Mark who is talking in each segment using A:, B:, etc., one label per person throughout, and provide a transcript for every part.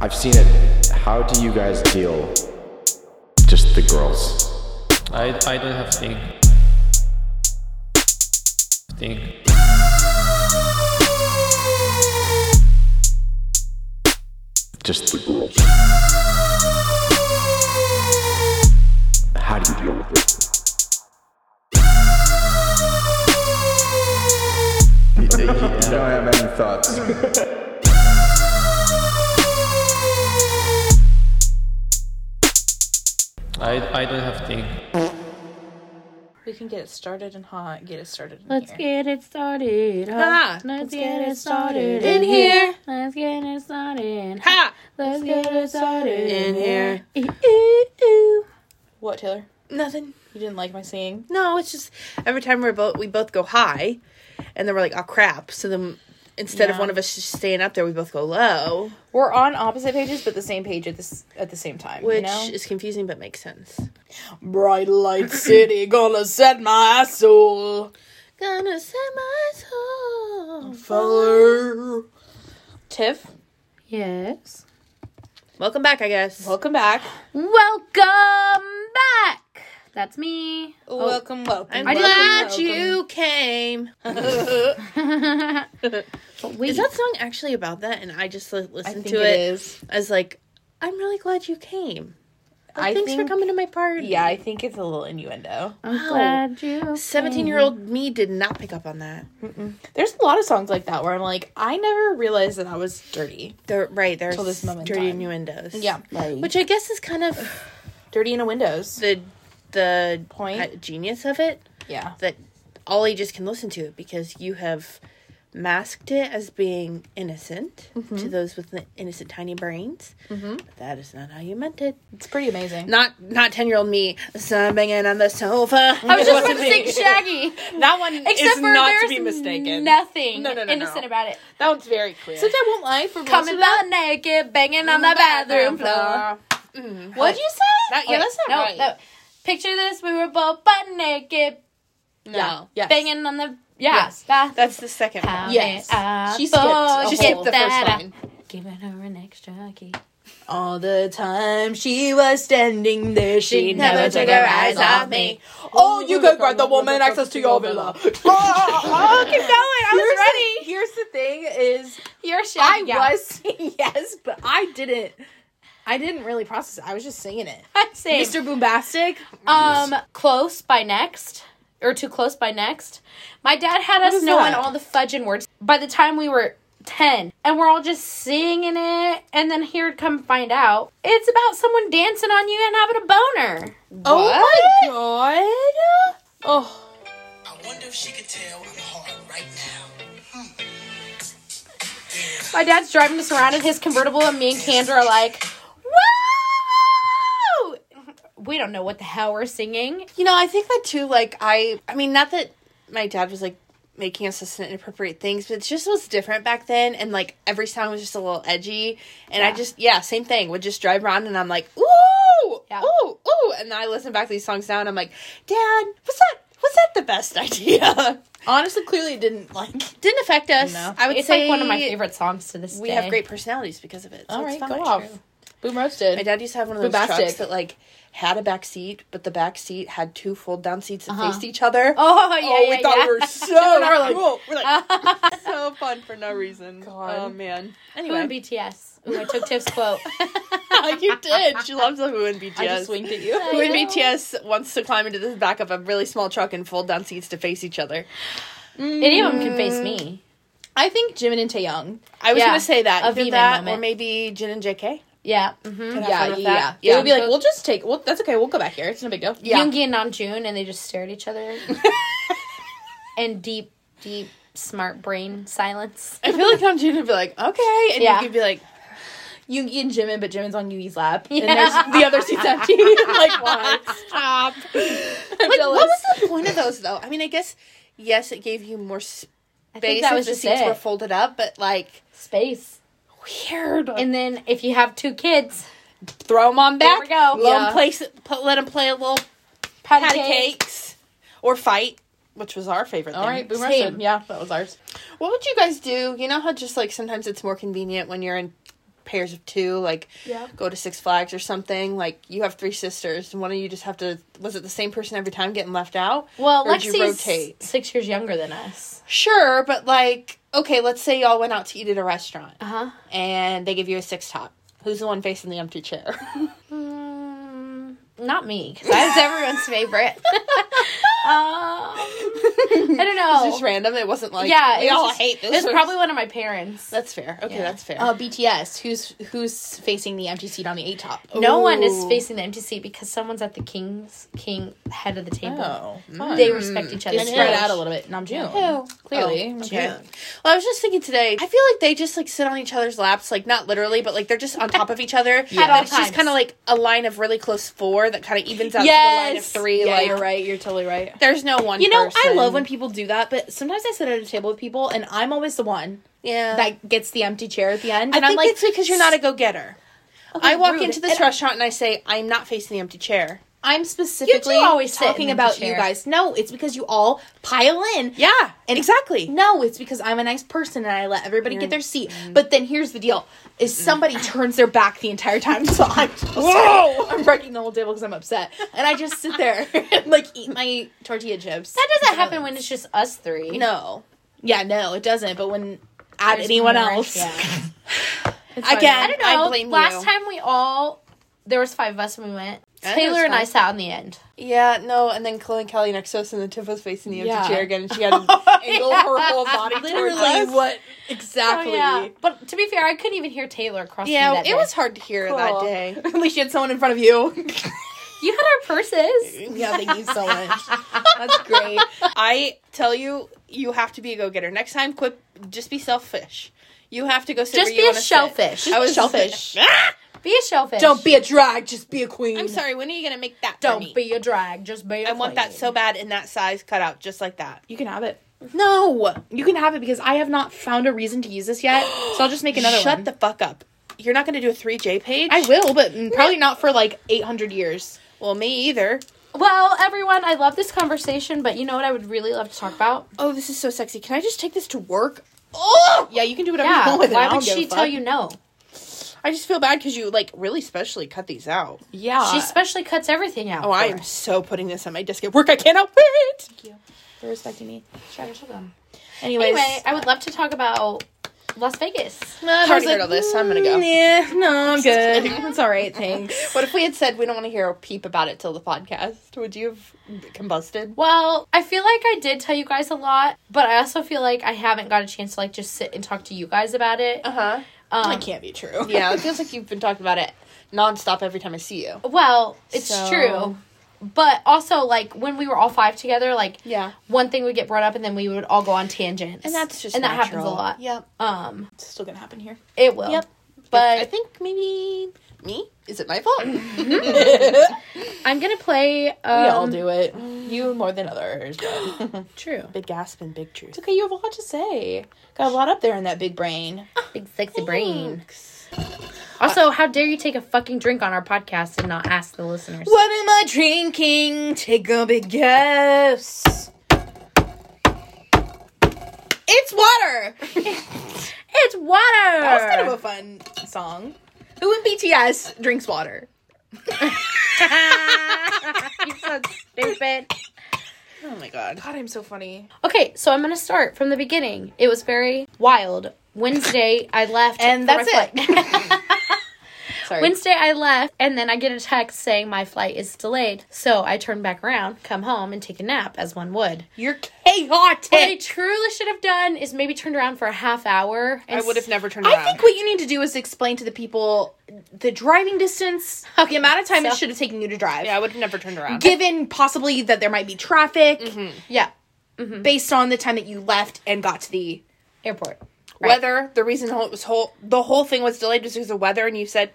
A: I've seen it. How do you guys deal? Just the girls.
B: I I don't have thing. Thing.
A: Just the girls. How do you deal with it?
C: I don't have any thoughts.
B: I I don't have thing.
D: We can get it started and hot. Get it started. In
E: Let's
D: here.
E: get it started. huh?
D: Ha!
E: Let's get it started
D: in here.
E: Let's get it started.
D: Ha!
E: Let's get it started
D: In here.
E: Ooh, ooh, ooh.
D: What, Taylor?
F: Nothing.
D: You didn't like my singing?
F: No, it's just every time we're both we both go high, and then we're like, oh crap. So then instead of
D: Yeah.
F: one of us just staying up there, we both go low,
D: We're on opposite pages, but the same page at this at the same time.
F: which
D: you know?
F: is confusing but makes sense.
D: bright light city gonna set my soul.
F: Gonna set my soul.
D: Tiff,
E: Yes.
F: Welcome back, I guess.
D: welcome back.
E: Welcome back. That's me.
D: Welcome, welcome.
F: I'm
E: did-
F: glad
E: welcome.
F: you came.
E: But wait.
F: Is that song actually about that? And I just li- listened
D: think
F: to
D: it
F: it,
D: is.
F: as like, I'm really glad you came. Like,
D: I
F: thanks
D: think-
F: for coming to my party.
D: Yeah, I think it's a little innuendo.
E: I'm glad you.
F: 17 year
D: Mm-hmm.
F: old me did not pick up on that.
D: There's a lot of songs like that where I'm like, I never realized that I was dirty.
F: They're, right, there's
D: Till this moment in
F: dirty
D: time.
F: innuendos.
D: Yeah,
F: Which I guess is kind of
D: dirty in the windows.
F: the the
D: Point.
F: uh, genius of it
D: Yeah,
F: that all ages can listen to because you have masked it as being innocent
D: Mm-hmm.
F: to those with the innocent tiny brains. But that is not how you meant it.
D: it's pretty amazing.
F: Not not ten year old me sunbanging on the sofa.
E: I was just about to sing Shaggy.
D: that one
E: Except
D: is
E: for
D: not to
E: there's
D: be mistaken.
E: nothing
D: No, no, no, no.
E: innocent about it.
D: that one's very clear. Since I won't lie, for most
E: Coming
D: of that,
E: out naked, banging on the bathroom floor.
D: what'd you say?
F: That-
D: yeah,
F: yeah.
D: that's not
E: no,
D: right.
E: no. Picture this: we were both butt naked,
F: No.
D: Yes.
E: banging on the yeah.
D: Yes.
E: bath-
F: That's the second one.
D: Yes.
E: Yes.
D: She skipped. a
E: She
D: whole-
E: skipped the first line. uh, Giving her an extra key.
D: All the time she was standing there, she
E: never
D: never took her eyes off me. Oh, you could grant the woman access to your villa. oh, keep going. I was ready. here's the thing is
E: You're shy.
D: I
E: yeah.
D: was saying yes, but I didn't. I didn't really process it. I was just singing it.
E: Same.
D: Mr. Boombastic.
E: Um, close by next, or too close by next. My dad had us
D: is
E: knowing
D: that?
E: all the fudging words by the time we were ten, and we're all just singing it. And then here come find out it's about someone dancing on you and having a boner.
D: Oh my god. Oh,
G: I wonder if she could tell I'm hard right now.
E: My dad's driving us around in his convertible, and me and Kendra are like, "Woo!" We don't know what the hell we're singing.
F: You know, I think that too. Like I, I mean, not that my dad was like making us listen to inappropriate things, but it just was different back then. And like every song was just a little edgy. And I just, yeah, same thing. Would just drive around and I'm like, ooh,
E: Yeah.
F: ooh, ooh, and then I listen back to these songs now, and I'm like, Dad, was that was that the best idea?
D: honestly, clearly it didn't like.
F: Didn't affect us.
D: No.
F: I would
E: It's
F: say
E: like one of my favorite songs to this
F: We
E: day.
F: have great personalities because of it. So
D: All
F: it's
D: right,
F: fine.
D: go off. Boom roasted.
F: My dad used to have one of those
D: Bombastic.
F: trucks that like had a back seat, but the back seat had two fold down seats that faced each other.
E: Uh-huh. Oh yeah,
F: Oh,
E: yeah,
F: we thought
E: yeah.
F: we were so
D: we're like-
F: cool. We're like so fun for no reason.
D: God.
F: Oh man.
E: Who in
F: Anyway,
E: BTS? Ooh, I took Tiff's quote.
F: you did. She loves the Who in BTS.
D: I just winked at you.
F: Who in
E: I know.
F: BTS wants to climb into the back of a really small truck and fold down seats to face each other.
E: Any of them can face me.
D: I think Jimin and Taeyong.
F: I was
E: Yeah,
F: gonna say that
E: a
F: either
E: V-Man
F: that
E: moment.
F: or maybe Jin and JK.
E: Yeah. Mm-hmm.
F: Have
D: Yeah,
F: fun
D: yeah,
F: with
D: yeah.
F: that.
D: It would be
F: Yeah.
D: like, we'll just take. Well, that's okay. We'll go back here. It's no big deal.
F: Yeah.
E: Yoongi and Namjoon, and they just stare at each other. and deep, deep, smart brain silence.
F: I feel like I'm Jin would be like, okay, and
E: Yeah.
F: you could be like,
D: Yoongi and Jimin, but Jimin's on Yoongi's lap, and there's the other seat's empty. like, why? Stop. I'm
F: Like,
D: jealous.
F: what was the point of those though? I mean, I guess yes, it gave you more space.
E: I think that
F: if
E: was
F: the
E: just
F: seats
E: it.
F: were folded up, but like
E: Space.
F: weird.
E: And then if you have two kids,
F: throw them on
E: There
F: back.
E: we go.
F: Let 'em
D: Yeah.
F: play s- pl- let 'em play a little
E: patty,
F: patty
E: cake.
F: cakes or fight, which was our favorite thing.
D: All right, boomer.
E: Same.
D: said- Yeah, that was ours.
F: What would you guys do? You know how just like sometimes it's more convenient when you're in pairs of two, like
H: Yeah.
F: go to Six Flags or something. Like you have three sisters, and one of you just have to. Was it the same person every time getting left out?
E: Well,
F: Or did you
E: Lexi's
F: rotate?
E: six years younger than us.
F: Sure, but like, okay, let's say y'all went out to eat at a restaurant
E: Uh huh.
F: and they give you a six top. Who's the one facing the empty chair?
E: Mm, not me, because I was everyone's favorite. um, I don't know.
F: It's just random. It wasn't like
E: yeah,
F: yeah,
E: it
F: we
E: was
F: all
E: just-
F: hate this.
E: It was
F: We're
E: probably
F: just-
E: one of my parents.
F: that's fair. Okay,
E: Yeah.
F: that's fair.
D: Uh, BTS, who's who's facing the empty seat on the eight top?
E: No one is
F: Ooh.
E: facing the empty seat because someone's at the king's king head of the table.
D: Oh,
E: They respect each other.
D: they spread out a little bit. Nam June,
F: Oh,
D: clearly.
F: oh,
D: okay.
F: June. Well, I was just thinking today. I feel like they just like sit on each other's laps, like not literally, but like they're just on top of each other. At
E: all
F: it's just
E: times.
F: kind of like a line of really close four that kind of evens out to the line of
E: Yes.
F: three. like
D: right. You're totally right.
F: there's no one.
D: You know, I
F: person.
D: love when people do that, but sometimes I sit at a table with people, and I'm always the one
F: yeah.
D: that gets the empty chair at the end.
F: I
D: And
F: think
D: am like,
F: it's because you're not a go getter.
D: Okay,
F: I walk
D: rude.
F: into this
D: And
F: restaurant and I say I'm not facing the empty chair.
D: I'm specifically
E: always sit in
D: talking
E: the
D: about
E: chair.
D: you guys. No, it's because you all pile in.
F: Yeah, exactly.
D: No, it's because I'm a nice person and I let everybody get their seat. But then here's the deal: is somebody turns their back the entire time, so I'm just, whoa, I'm breaking the whole table because I'm upset, and I just sit there and like eat my tortilla chips.
E: That doesn't happen when it's just us three.
D: No, yeah, no, it doesn't. But when add anyone
E: more,
D: else,
E: yeah.
F: Again,
E: I don't know.
F: blame
E: last
F: you.
E: time we all there was five of us and we went.
F: I think it
E: Taylor
F: was
E: and I
F: five.
E: sat in the end.
F: Yeah, no, and then Chloe and Kelly next to us, and the tip was facing the empty
D: Yeah.
F: chair again, and she had to angle her whole body towards us.
D: what exactly?
E: Oh, yeah. But to be fair, I couldn't even hear Taylor across
F: Yeah,
E: from me that
F: it
E: day.
F: was hard to hear that
E: Cool.
F: day.
D: At least you had someone in front of you.
E: You had our purses.
D: yeah, thank you so much. That's great.
F: I tell you, you have to be a go getter. Next time, quit. Just be selfish. You have to go sit
E: Just
F: where
E: be
F: you
E: a
F: wanna sit.
E: shellfish.
F: I was
D: Shellfish.
E: Be a shellfish.
D: Don't be a drag, just be a queen.
F: I'm sorry. When are you gonna make that? for me?
E: Don't be a drag. Just be. a
F: I want that
E: queen.
F: so bad in that size cutout, just like that.
D: You can have it. No, you can have it because I have not found a reason to use this yet. So I'll just make another
F: Shut
D: one.
F: the fuck up. You're not gonna do a 3J page. Mm-hmm.
D: I will, but probably not for like 800 years.
F: Well, me either.
E: Well, everyone, I love this conversation, but you know what I would really love to talk about?
F: Oh, this is so sexy. Can I just take this to work? Oh,
D: Yeah, you can do whatever you
E: Yeah.
D: want with it. I
E: Why
D: don't
E: would
D: give a
E: she
D: fuck.
E: tell you no?
F: I just feel bad because you like really specially cut these out.
D: Yeah.
E: She especially cuts everything out.
F: Oh, I am
E: for us.
F: so putting this on my desk at work. I cannot wait.
D: They're respecting me.
E: Shut up, shut up.
D: Anyways.
E: Anyway, I would love to talk about Las Vegas.
F: I've already heard all this. I'm gonna go.
D: Yeah, no, I'm good. It's all right, thanks.
F: Mm, What if we had said we don't want to hear a peep about it till the podcast? Would you have combusted?
E: Well, I feel like I did tell you guys a lot, but I also feel like I haven't got a chance to like just sit and talk to you guys about it.
F: Uh huh.
E: Um,
D: That can't be true.
F: Yeah, it feels like you've been talking about it nonstop every time I see you.
E: Well, it's
F: So-
E: true. But also, like when we were all five together, like
F: Yeah,
E: one thing would get brought up, and then we would all go on tangents,
F: and that's just
E: and that happens a
F: natural.
E: lot.
F: Yep.
E: Um,
D: It's still gonna happen here.
E: it will.
F: Yep.
E: But
F: I think maybe me. Is it my fault?
E: I'm gonna play. Um,
D: we all do it.
F: Mm.
D: You more than others. but- true.
F: big gasp and big truth.
D: It's okay. You have a lot to say. Got a lot up there in that big brain.
E: Big sexy brain. Also, how dare you take a fucking drink on our podcast and not ask the listeners?
D: What am I drinking? Take a big guess. It's water.
E: It's water.
D: That was kind of a fun song. Who in BTS drinks water?
E: You're so stupid.
F: Oh my god.
D: God, I'm so funny.
E: Okay, so I'm gonna start from the beginning. It was very wild. Wednesday, I left,
D: And
E: for my
D: that's
E: flight.
F: Sorry.
E: Wednesday, I left, and then I get a text saying my flight is delayed. So I turn back around, come home, and take a nap as one would.
F: You're
E: What
F: chaotic.
E: I truly should have done is maybe turned around for a half hour. And
F: I would have never turned around.
D: I think what you need to do is explain to the people the driving distance, the amount of time it
E: so-
D: should have taken you to drive,
F: yeah, I would have never turned around.
D: given possibly that there might be traffic
E: yeah,
D: based on the time that you left and got to the.
E: airport.
F: Weather. The reason whole- it was whole the whole thing was delayed was because of weather, and you said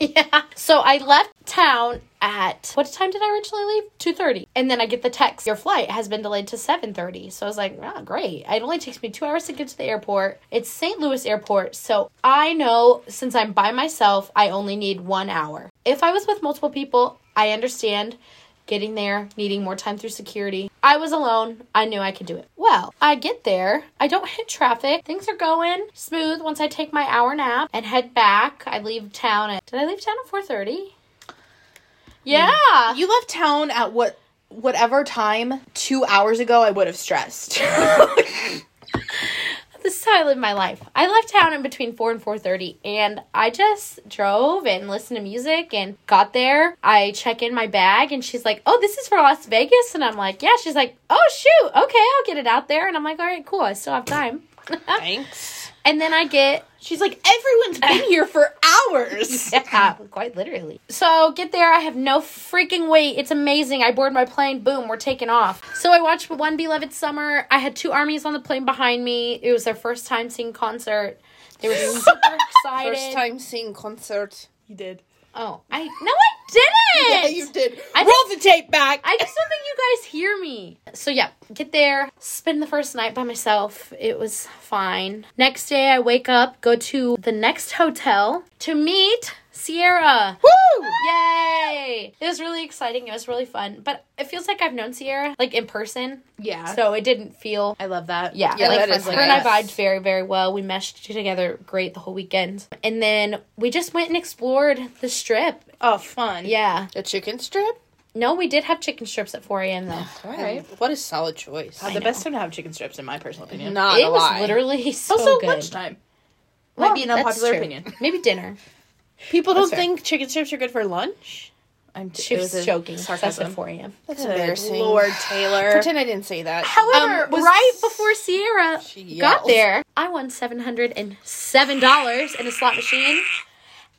F: "Meh."
E: Yeah. So I left town at what time did I originally leave? Two thirty. And then I get the text, your flight has been delayed to seven thirty. So I was like, ah, great. It only takes me two hours to get to the airport. It's St. Louis Airport, so I know since I'm by myself, I only need one hour. If I was with multiple people, I understand getting there, needing more time through security. I was alone. I knew I could do it. Well, I get there. I don't hit traffic. Things are going smooth once I take my hour nap and head back. I leave town at Did I leave town at 4:30? Yeah.
D: You left town at what whatever time two hours ago. I would have stressed. I
E: this is how I live my life. I left town in between four and four thirty, and I just drove and listened to music and got there. I check in my bag, and she's like, "Oh, this is for Las Vegas," and I'm like, "Yeah." She's like, "Oh shoot, okay, I'll get it out there," and I'm like, "All right, cool, I still have time."
F: Thanks.
E: and then I get
D: She's like, everyone's been here for hours.
E: yeah, quite literally. So get there. I have no freaking wait. It's amazing. I board my plane. Boom, we're taking off. So I watched One Beloved Summer. I had two armies on the plane behind me. It was their first time seeing concert. They were super excited.
F: First time seeing concert.
D: You did.
E: Oh, I no, I
D: Yeah,
E: didn't.
D: you did.
E: I
D: Roll the tape back.
E: I just don't think you guys hear me. So yeah, get there, spend the first night by myself. It was fine. Next day I wake up, go to the next hotel to meet Sierra.
D: Woo!
E: Yay! It was really exciting. It was really fun. But it feels like I've known Sierra like in person.
D: Yeah.
E: So it didn't feel
D: I love that.
E: yeah,
F: Yeah,
E: like
F: that is
E: her
F: nice.
E: and I vibed very, very well. We meshed together great the whole weekend. And then we just went and explored the strip.
D: Oh, fun.
E: Yeah.
F: A chicken strip?
E: No, we did have chicken strips at 4 a.m. though.
D: All right.
F: What a solid choice.
D: the best time to have chicken strips, in my personal opinion.
F: Not
E: it
F: a
E: was
F: lie.
E: literally so
D: also
E: good.
D: lunchtime.
E: Well,
D: Might be an
E: that's
D: unpopular
E: true.
D: opinion.
E: Maybe dinner.
F: People
D: That's
F: don't
D: fair.
F: think chicken strips are good for lunch.
D: I'm
E: She was, joking. That's at 4 a.m.
F: That's
D: Embarrassing.
F: embarrassing.
D: Lord Taylor.
F: Pretend I didn't say that.
E: However,
D: Um, was-
E: right before Sierra
F: She
E: got
F: yells.
E: there, I won $707 in a slot machine.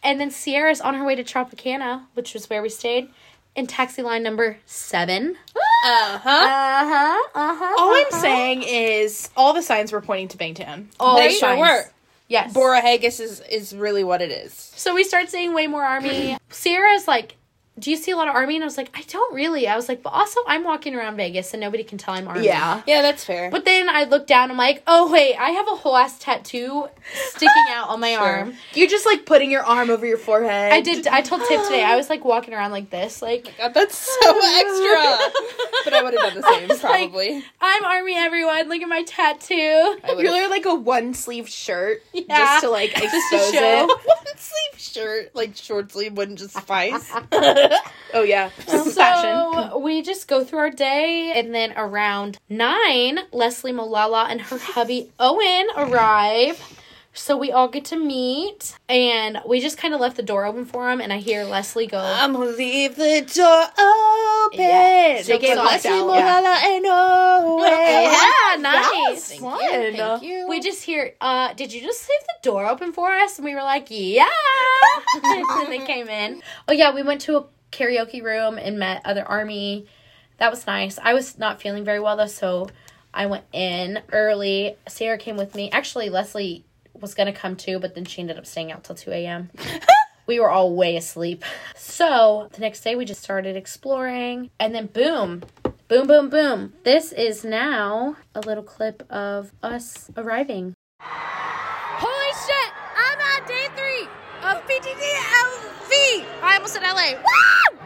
E: And then Sierra's on her way to Tropicana, which was where we stayed, in taxi line number seven.
F: Uh huh.
E: Uh huh. Uh huh.
D: All Oh, I'm Oh. saying is all the signs were pointing to Bangtan.
E: all
F: They
E: the
F: sure
E: signs.
F: were.
E: Yes.
F: Bora haggis is, is really what it is.
E: So we start seeing way more army. Sierra's like, "Do you see a lot of army?" And I was like, "I don't really." I was like, "But also, I'm walking around Vegas and nobody can tell I'm army."
F: Yeah, that's fair.
E: But then I look down. I'm like, "Oh wait, I have a whole ass tattoo sticking out on my arm."
D: You're just like putting your arm over your forehead.
E: I did. I told Tip today. I was like walking around like this, like
F: God, that's so extra. but I would have done the same,
E: It's like-
F: probably.
E: I'm army. Everyone, look at my tattoo.
F: I would
D: You're wearing
F: have
D: like a one sleeve shirt
E: Yeah.
D: just to like expose
E: show.
D: it.
F: one sleeve shirt, like short sleeve, wouldn't just suffice.
D: Oh yeah, fashion.
E: So we just go through our day, and then around nine, Leslie Malala and her hubby Owen arrive. So we all get to meet, and we just kind of left the door open for him. And I hear Leslie go,
F: I'm gonna leave the door open.
E: Yeah.
F: So
E: They gave
F: for
E: us
F: Leslie
E: out,
F: Malala and Owen.
E: "Yeah, nice."
F: Thank
D: Fun.
F: you, thank you.
E: We just hear, uh, "Did you just leave the door open for us?" And we were like, "Yeah." and they came in. Oh yeah, we went to a karaoke room and met other army. That was nice. I was not feeling very well though, so I went in early. Sarah came with me. Actually, Leslie was gonna come too, but then she ended up staying out till two a.m. we were all way asleep. So the next day we just started exploring, and then boom, boom, boom, boom. This is now a little clip of us arriving. Holy shit! I'm on day three of PTTLV. I almost said LA. Woo!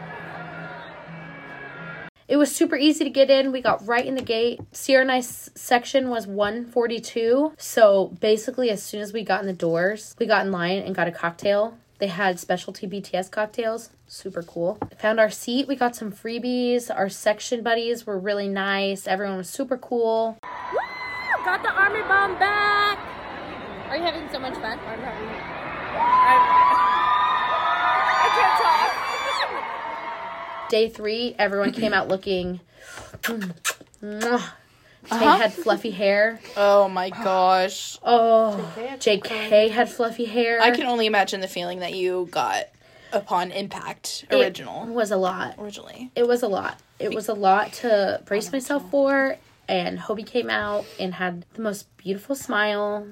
E: It was super easy to get in. We got right in the gate. Sierra and I's section was 142. So basically, as soon as we got in the doors, we got in line and got a cocktail. They had specialty BTS cocktails. Super cool. Found our seat. We got some freebies. Our section buddies were really nice. Everyone was super cool. Woo! Got the army bomb back. Are you having so much fun? I'm having. I can not talk. Day three, everyone came out looking. mm, Mwah. Tay had fluffy hair.
D: Oh my gosh,
E: Oh, JK had fluffy hair.
D: I can only imagine the feeling that you got upon impact
E: It
D: original
E: was a lot.
D: originally.
E: It was a lot. It was a lot to brace myself for. And Hobie came out and had the most beautiful smile.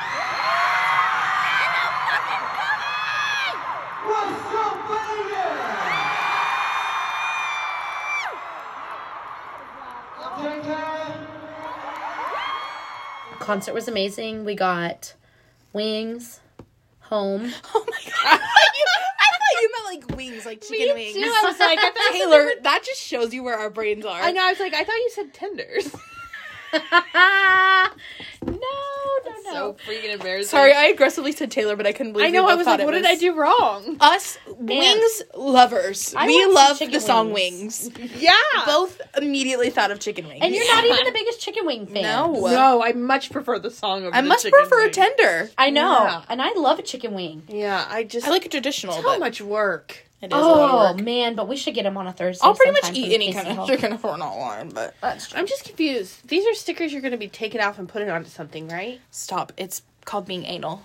I: Woo!
E: Concert was amazing. We got wings, home.
D: Oh my god! I thought you meant like wings, like chicken wings.
F: too. I was like, I thought you
D: Taylor, that just shows you where our brains are.
F: I know. I was like, I thought you said tenders.
D: Ah!
E: no, no, no.
F: So freaking embarrassing.
D: Sorry, I aggressively said Taylor, but I couldn't believe.
F: I know.
D: we
F: I
D: both
F: was
D: thought
F: like,
D: it
F: what did I do wrong?
D: Us wings lovers.
E: I
D: we
E: want some
D: love
E: chicken
D: the song
E: wings.
D: wings.
F: Yeah.
D: Both immediately thought of chicken wings.
E: And you're not even the biggest chicken wing fan.
D: no.
F: No, I much prefer the song over
D: I
F: the
D: must
F: chicken
D: prefer a
F: wing.
D: tender.
E: I know,
F: Yeah.
E: and I love a chicken wing.
F: Yeah, I just
D: I like a traditional.
F: so
D: but
F: much work.
D: It is a lot of
E: Oh
D: work.
E: man, but we should get them on a Thursday.
D: I'll pretty much
E: sometime
D: eat
E: from
D: any
E: Casey
D: kind of
E: Hall.
D: chicken if we're not lying, but that's true.
F: I'm just confused. These are stickers you're going to be taking off and putting onto something, right?
D: Stop. It's called being anal.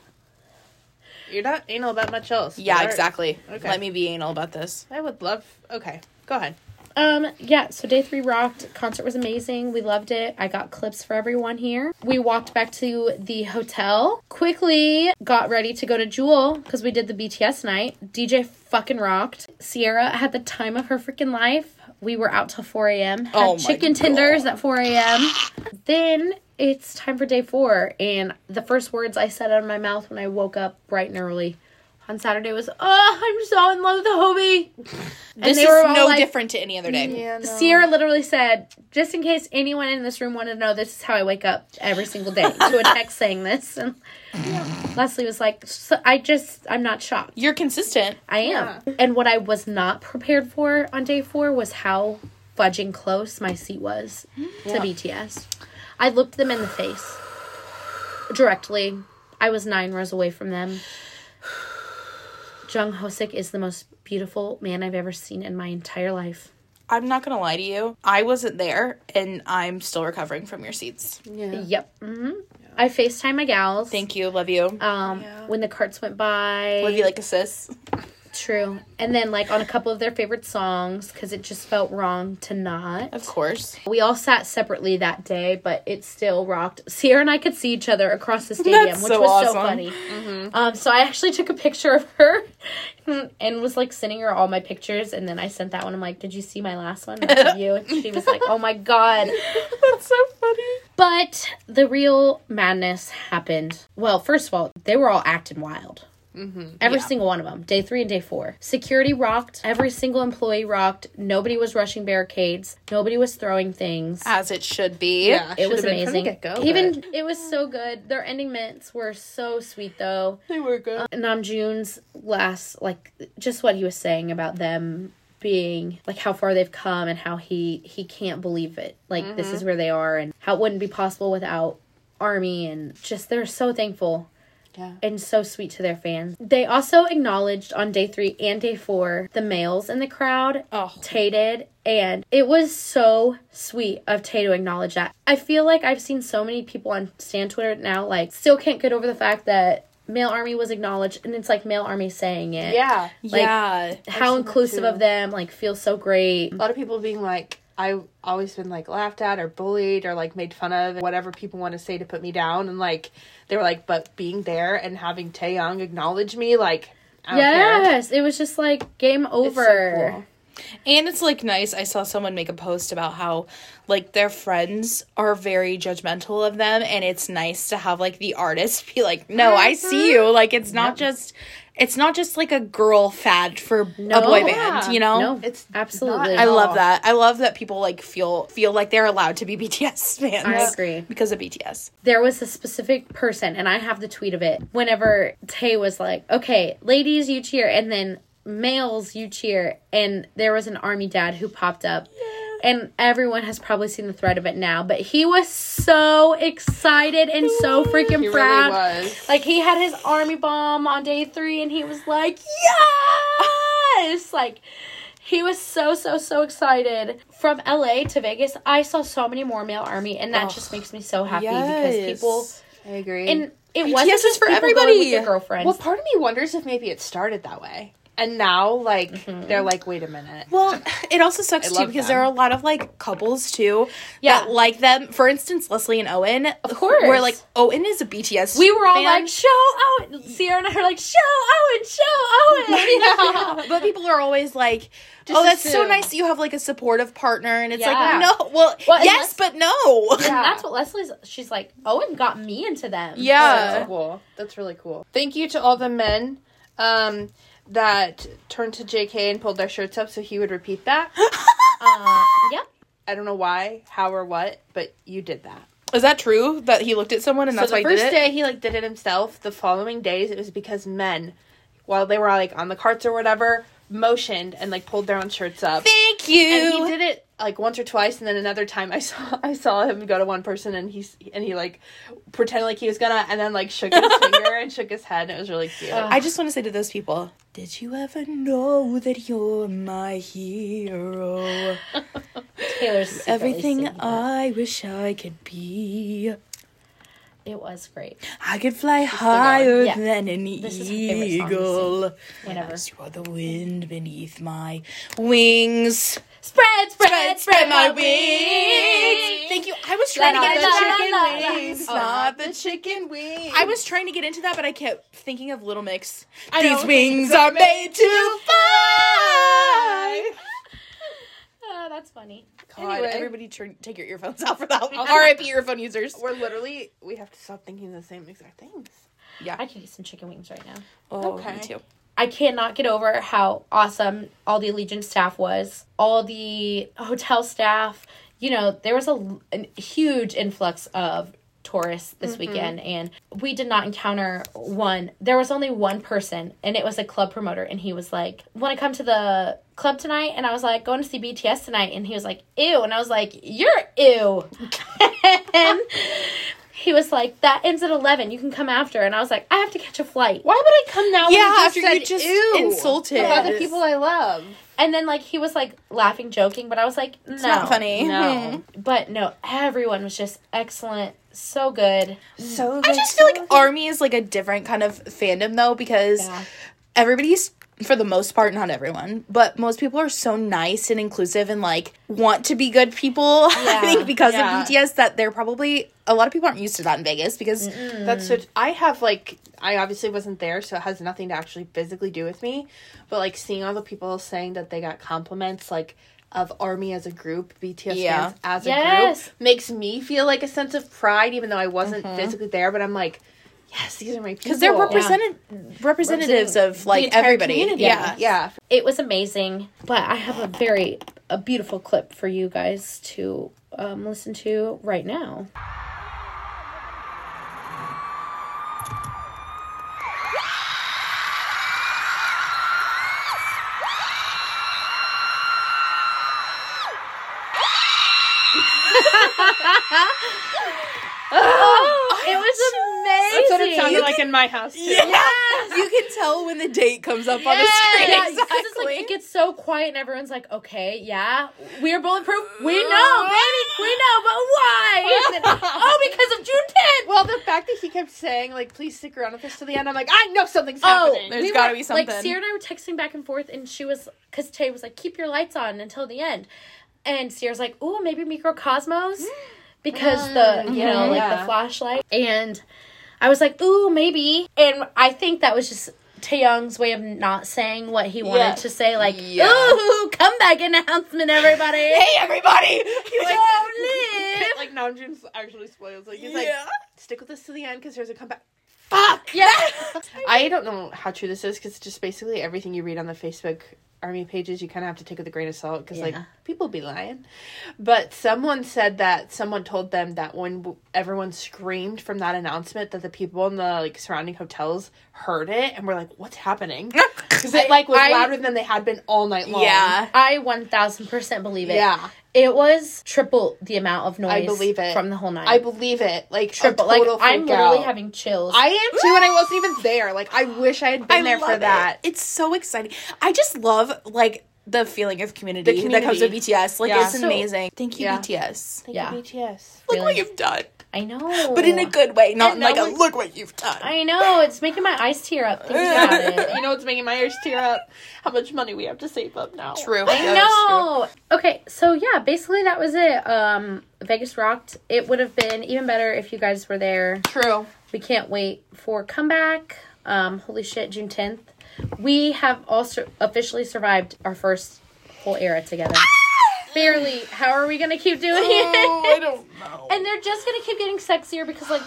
F: You're not anal about much else.
D: Yeah,
F: You are.
D: exactly.
F: Okay.
D: Let me be anal about this.
F: I would love. Okay, go ahead.
E: Um, yeah, so day three rocked. Concert was amazing. We loved it. I got clips for everyone here. We walked back to the hotel, quickly got ready to go to Jewel because we did the BTS night. DJ fucking rocked. Sierra had the time of her freaking life. We were out till 4 a.m. Had
D: Oh my
E: chicken tenders at 4 a.m. Then it's time for day four, and the first words I said out of my mouth when I woke up bright and early on Saturday was, "Oh, I'm so in love with the Hobie." And
D: This
E: they
D: is
E: were all
D: no
E: like-
D: different to any other day.
E: Sierra literally said, just in case anyone in this room wanted to know, this is how I wake up every single day to a text saying this. And Leslie was like, so I just, I'm not shocked.
D: You're consistent.
E: I am. And what I was not prepared for on day four was how fudging close my seat was to BTS. I looked them in the face directly. I was nine rows away from them. Jung Hosik is the most beautiful man I've ever seen in my entire life.
D: I'm not gonna lie to you. I wasn't there, and I'm still recovering from your seats.
E: Yep. hmm I FaceTime my gals.
D: Thank you. Love you.
E: um, when the carts went by.
D: Love you like a sis.
E: True. And then, like, on a couple of their favorite songs, because it just felt wrong to not.
D: Of course.
E: We all sat separately that day, but it still rocked. Sierra and I could see each other across the stadium,
D: That's
E: which
D: so
E: was so
D: awesome.
E: funny. Um, so I actually took a picture of her and was, like, sending her all my pictures. And then I sent that one. I'm like, Did you see my last one? That's of you. And she was like, Oh my God.
D: That's so funny.
E: But the real madness happened. Well, first of all, they were all acting wild. Every single one of them, day three and day four. Security rocked. Every single employee rocked. Nobody was rushing barricades. Nobody was throwing things.
D: As it should be.
F: Yeah,
E: it was
F: should've been from the
E: amazing.
F: get-go,
E: Even it was so good. Their ending minutes were so sweet, though.
F: They were good.
E: Namjoon's last, like, just what he was saying about them being like how far they've come and how he he can't believe it. Like this
F: Mm-hmm.
E: is where they are and how it wouldn't be possible without Army and just they're so thankful.
F: Yeah.
E: And so sweet to their fans. They also acknowledged on day three and day four the males in the crowd.
D: Oh.
E: Tay did, and it was so sweet of Tay to acknowledge that. I feel like I've seen so many people on Stan Twitter now, like, still can't get over the fact that Male Army was acknowledged, and it's like Male Army saying it.
F: Yeah.
E: Like,
D: yeah.
E: How
F: seen that
E: inclusive
F: too. Oh,
E: of them, like, feels so great.
F: A lot of people being like, I've always been like laughed at or bullied or like made fun of, whatever people want to say to put me down. And like, they were like, but being there and having Taeyong acknowledge me, like, I don't care.
E: Yes, it was just like game
F: It's so
E: over.
F: cool.
D: And it's like nice. I saw someone make a post about how like their friends are very judgmental of them and it's nice to have like the artist be like, "No, I
E: Mm-hmm.
D: see you." Like it's not just it's not just like a girl fad for a boy
F: Yeah.
D: band, you know?
E: No,
F: It's
E: absolutely.
F: not
D: I
F: at all.
D: love that. I love that people like feel feel like they're allowed to be BTS fans.
E: I agree.
D: Because of BTS.
E: there was a specific person, and I have the tweet of it. Whenever Tay was like, "Okay, ladies, you cheer," and then males, you cheer, and there was an army dad who popped up, and everyone has probably seen the thread of it now. But he was so excited and so freaking
F: He really
E: proud.
F: was.
E: Like he had his army bomb on day three, and he was like, "Yes!" like he was so so so excited. From LA to Vegas, I saw so many more male army, and that just makes me so happy because people
F: I agree.
E: and it wasn't
D: is
E: just
D: for
E: people
D: everybody.
E: going with their girlfriends.
F: well, part of me wonders if maybe it started that way. And now, like, they're like, wait a minute.
D: Well, it also sucks
F: I
D: too
F: love
D: because
F: them.
D: there are a lot of like couples too
E: Yeah.
D: that like them. For instance, Leslie and Owen. Of
E: course.
D: We're like, Owen is a BTS.
E: We were all
D: fan.
E: like, show Owen. Sierra and I were like, show Owen, show Owen.
D: yeah. But people are always like, oh, that's so
E: assume.
D: nice that you have like a supportive partner. And it's
E: Yeah.
D: like, no. Well,
E: Well,
D: yes,
E: unless-
D: but no.
E: And that's what Leslie's. She's like, Owen got me into them.
D: Yeah.
F: That's cool. That's really cool. Thank you to all the men um, that turned to JK and pulled their shirts up so he would repeat that.
E: Uh, yeah.
F: I don't know why, how, or what, but you did that.
D: Is that true that he looked at someone and that's
F: so
D: why
F: the
D: he did
F: first
D: it?
F: day he like did it himself. The following days it was because men, while they were like on the carts or whatever, motioned and like pulled their own shirts up.
D: Thank you.
F: and he did it like once or twice, and then another time I saw I saw him go to one person and he s- and he like pretended like he was gonna, and then like shook his finger and shook his head, and it was really cute.
D: I just want to say to those people, did you ever know that you're my hero?
E: Taylor's secretly
D: Everything
E: singing that.
D: I wish I could be.
E: It was great.
D: I could fly higher
E: Yeah.
D: than an
E: This is her favorite song to sing.
D: eagle.
E: Whenever.
D: Yes, you are the wind beneath my wings.
E: Spread, spread,
D: Spread, spread my wings. Thank you. I was trying
E: Let
D: to
E: out
D: get
E: the
D: into
E: chicken
D: chicken
E: wings.
D: wings,
E: Oh.
D: not the chicken wings. I was trying to get into that, but I kept thinking of Little Mix.
E: know.
D: These wings are made to fly.
E: Oh, that's funny.
D: God,
F: Anyway.
D: everybody turn, take your earphones out for that one. R.I.P. earphone users.
F: We're literally we have to stop thinking the same exact things.
E: I could eat some chicken wings right now.
D: Oh,
F: Okay.
E: I cannot get over how awesome all the Allegiant staff was. All the hotel staff, you know, there was a, a huge influx of tourists this
D: Mm-hmm.
E: weekend and we did not encounter one. There was only one person and it was a club promoter and he was like, "Want to come to the club tonight?" and I was like, "Going to see BTS tonight." And he was like, "Ew." And I was like, "You're ew." and he was like, "That ends at 11. You can come after." And I was like, "I have to catch a flight."
F: Why would I come now?
D: Yeah, after you just insulted.
F: the other people I love.
E: And then like he was like laughing, joking, but I was like, no,
D: It's not funny.
F: No,
E: But no, everyone was just excellent, so good.
F: so
D: I just feel like Army is like a different kind of fandom though because
E: Yeah.
D: everybody's for the most part not everyone, but most people are so nice and inclusive and like want to be good people. I
E: Yeah.
D: think because
F: Yeah.
D: of BTS that they're probably a lot of people aren't used to that in Vegas because Mm.
F: That's what I have like I obviously wasn't there, so it has nothing to actually physically do with me. But like seeing all the people saying that they got compliments like of Army as a group, BTS
D: Yeah.
F: fans as
E: Yes.
F: a group makes me feel like a sense of pride, even though I wasn't physically there. But I'm like, yes, these are my people.
D: Mm-hmm. because they're represented representatives of like
F: entire
D: everybody.
F: community.
D: Yeah.
F: Yeah,
E: It was amazing. But I have a very a beautiful clip for you guys to um, listen to right now. Oh, it was amazing.
F: that's what it sounded like in my house. Too. Yeah,
D: You can tell when the date comes up on the
E: Yeah,
D: screen.
E: yeah, because it's like it gets so quiet and everyone's like, okay, yeah, we're bulletproof. We know, baby, we know, but why? And then, oh, because of June 10th.
F: Well, the fact that he kept saying like, please stick around with us to the end, I'm like, I know something's
E: Oh,
F: happening.
D: There's
E: we
D: gotta
E: were-
D: be something.
E: Like Sierra and I were texting back and forth, and she was, because Tay was like, keep your lights on until the end, and Sierra's like, oh, maybe microcosmos, because the you know like
F: Uh, yeah.
E: the flashlight, and I was like, ooh, maybe, and I think that was just Taeyong's way of not saying what he wanted
F: Yeah.
E: to say, like, ooh, comeback announcement, everybody, hey,
D: everybody.
E: don't live.
F: like Namjoon actually spoils. Like he's
D: Yeah.
F: like, stick with us to the end because there's a comeback.
E: Yeah,
F: I don't know how true this is because just basically everything you read on the Facebook army pages, you kind of have to take with a grain of salt because like
E: Yeah.
F: people be lying. But someone said that someone told them that when w- everyone screamed from that announcement, that the people in the like surrounding hotels heard it and were like, "What's happening?" Because it like was
E: I-
F: louder than they had been all night long.
D: Yeah.
E: I one thousand percent believe it.
F: Yeah.
E: It was triple the amount of noise
F: I believe it
E: from the whole night.
F: I believe it. Like
E: triple.
F: A
E: Like
F: total
E: I'm
F: freak
E: literally
F: out.
E: having chills.
F: I am too, and I wasn't even there. Like I wish I had been there for
D: love it.
F: that.
D: It's so exciting. I just love like the feeling of community,
F: The
D: that comes with
F: community.
D: BTS. Like
F: Yeah.
D: it's
E: So-
D: amazing. Thank you,
F: Yeah.
D: BTS.
E: yeah.
H: BTS.
D: Look what
E: Really.
D: you've done,
E: I know.
D: but in a good way, not in
F: And
D: like
F: now
D: a
F: we-
D: look what you've done.
E: I know. It's making my eyes tear up. Thinking about it.
F: You know what's making my ears tear up? How much money we have to save up now.
D: True.
E: I know. Okay, so yeah, basically that was it. Um, Vegas rocked. It would have been even better if you guys were there.
D: True.
E: We can't wait for comeback. Um, holy shit, June tenth. We have also officially survived our first whole era together. Barely. How are we gonna keep doing it?
D: I don't know.
E: and they're just gonna keep getting sexier because like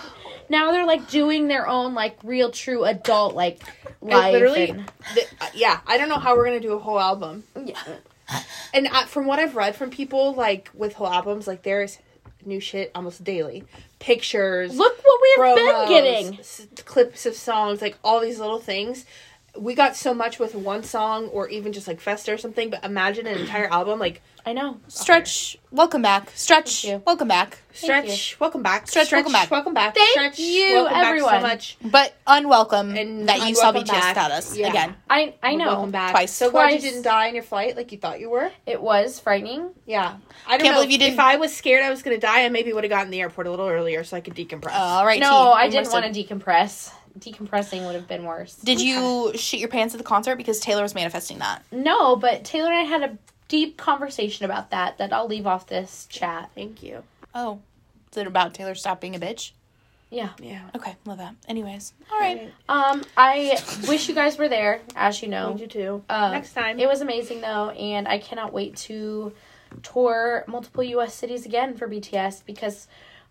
E: now they're like doing their own like real true adult like life.
F: literally-
E: and-
F: Th- uh, yeah, I don't know how we're gonna do a whole album. Yeah. And I, from what I've read from people, like with whole albums, like there's new shit almost daily. Pictures.
E: look what we've
F: promos,
E: been getting.
F: s- clips of songs, like all these little things. We got so much with one song, or even just like Festa or something. But imagine an entire album, like
E: I know.
D: Stretch. Welcome back. Stretch.
E: you.
D: Welcome back.
F: Stretch, welcome back,
D: Stretch, welcome back.
F: welcome back,
E: Thank
F: Stretch,
E: you,
F: welcome
E: everyone.
F: back so much.
D: But unwelcome
F: And
D: that you saw
F: unwelcome
D: BTS
F: back.
D: got us
F: Yeah.
D: again.
E: I I know.
F: Welcome back.
D: Twice.
F: So glad you
E: Twice.
F: didn't die in your flight like you thought you were.
E: It was frightening.
F: Yeah, I don't
D: Can't
F: know.
D: believe you didn't-
F: If I was scared I was going to die, I maybe would have gotten the airport a little earlier so I could decompress.
D: All right.
E: No,
D: T,
E: I
D: you
E: didn't
D: must
E: want
D: have-
E: to decompress. Decompressing would have been worse.
D: Did you shit your pants at the concert because Taylor was manifesting that?
E: No, but Taylor and I had a deep conversation about that that I'll leave off this chat.
F: Thank you.
D: Oh, is it about Taylor stop being a bitch?
E: Yeah.
F: Yeah,
D: Okay, love that. Anyways, all right.
E: Um I wish you guys were there, as you know.
F: you too.
E: Um,
F: Next time.
E: It was amazing though, and I cannot wait to tour multiple US cities again for BTS because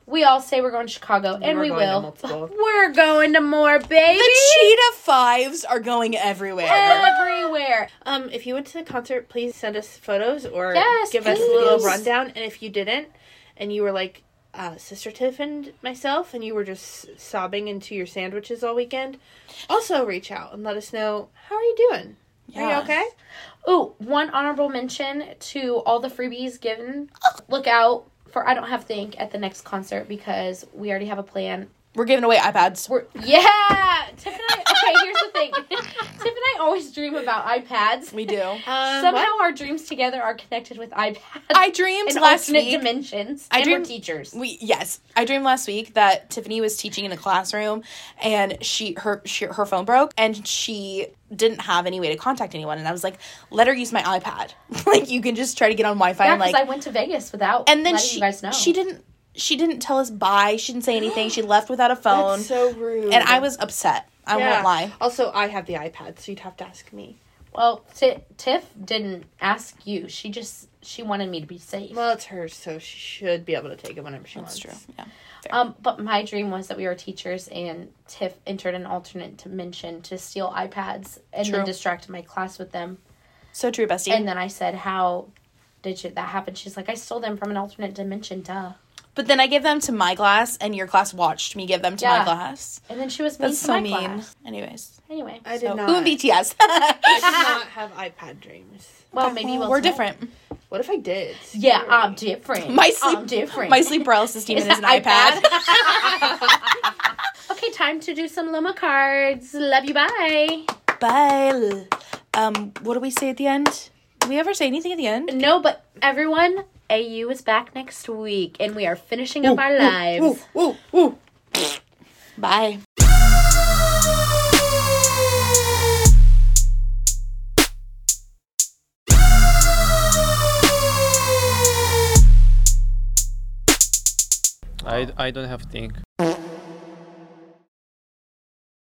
E: we all say we're going to Chicago and
F: We're
E: we
F: going to
E: will.
F: multiple.
E: We're going to more baby.
D: The cheetah fives are going everywhere.
E: Everywhere.
F: Um, if you went to the concert, please send us photos or
E: Yes,
F: give us a little
E: please.
F: rundown. And if you didn't, and you were like uh, Sister Tiff and myself, and you were just sobbing into your sandwiches all weekend, also reach out and let us know how are you doing. Are
D: Yeah.
F: you okay?
E: Ooh, one honorable mention to all the freebies given. Look out for I don't have think at the next concert because we already have a plan.
D: We're giving away iPads.
E: We're yeah, Tiff and I. Okay, here's the thing. Tiff and I always dream about iPads.
D: We do.
F: Um,
E: Somehow
F: what?
E: our dreams together are connected with iPads
D: I dreamed
E: and
D: last
E: alternate
D: week.
E: dimensions.
D: I
E: and
D: dream-
E: we're teachers.
D: we yes, I dreamed last week that Tiffany was teaching in a classroom and she her she, her phone broke and she didn't have any way to contact anyone and I was like, let her use my iPad. like you can just try to get on Wi-Fi
E: Yeah,
D: and
E: because
D: like
E: I went to Vegas without
D: and then
E: letting
D: she
E: you guys know.
D: she didn't she didn't tell us bye. She didn't say anything. she left without a phone.
F: That's so rude.
D: and I was upset. I
F: Yeah.
D: won't lie.
E: Oh,
F: Also, I have the iPad, so you'd have to ask me.
E: Well, Ti Tiff didn't ask you. She just she wanted me to be safe.
F: Well, it's hers, so she should be able to take it whenever she
D: That's
F: wants.
D: true. Yeah.
E: Um, but my dream was that we were teachers and Tiff entered an alternate dimension to steal iPads and
D: True.
E: then distract my class with them.
D: So true, bestie.
E: And then I said, How did you, that happen? She's like, I stole them from an alternate dimension, duh.
D: But then I gave them to my glass, and your class watched me give them to my
E: Yeah.
D: glass.
E: And then she was mean
D: That's
E: to
D: so
E: my
D: mean.
E: class.
D: Anyways,
E: Anyway,
F: I did
D: so,
F: not.
D: who in BTS?
F: I did not have iPad dreams.
E: well, maybe we'll
D: We're
E: tell.
D: different.
F: What if I did?
E: Yeah, I'm different.
D: My sleep-
E: I'm different.
D: My sleep paralysis demon is,
E: It's
D: an iPad.
E: okay, time to do some Loma cards. Love you, bye.
D: Bye. Um, what do we say at the end? Do we ever say anything at the end?
E: No, but everyone, AU is back next week and we are finishing up our lives.
F: Woo, woo.
D: Bye.
B: I, I don't have think.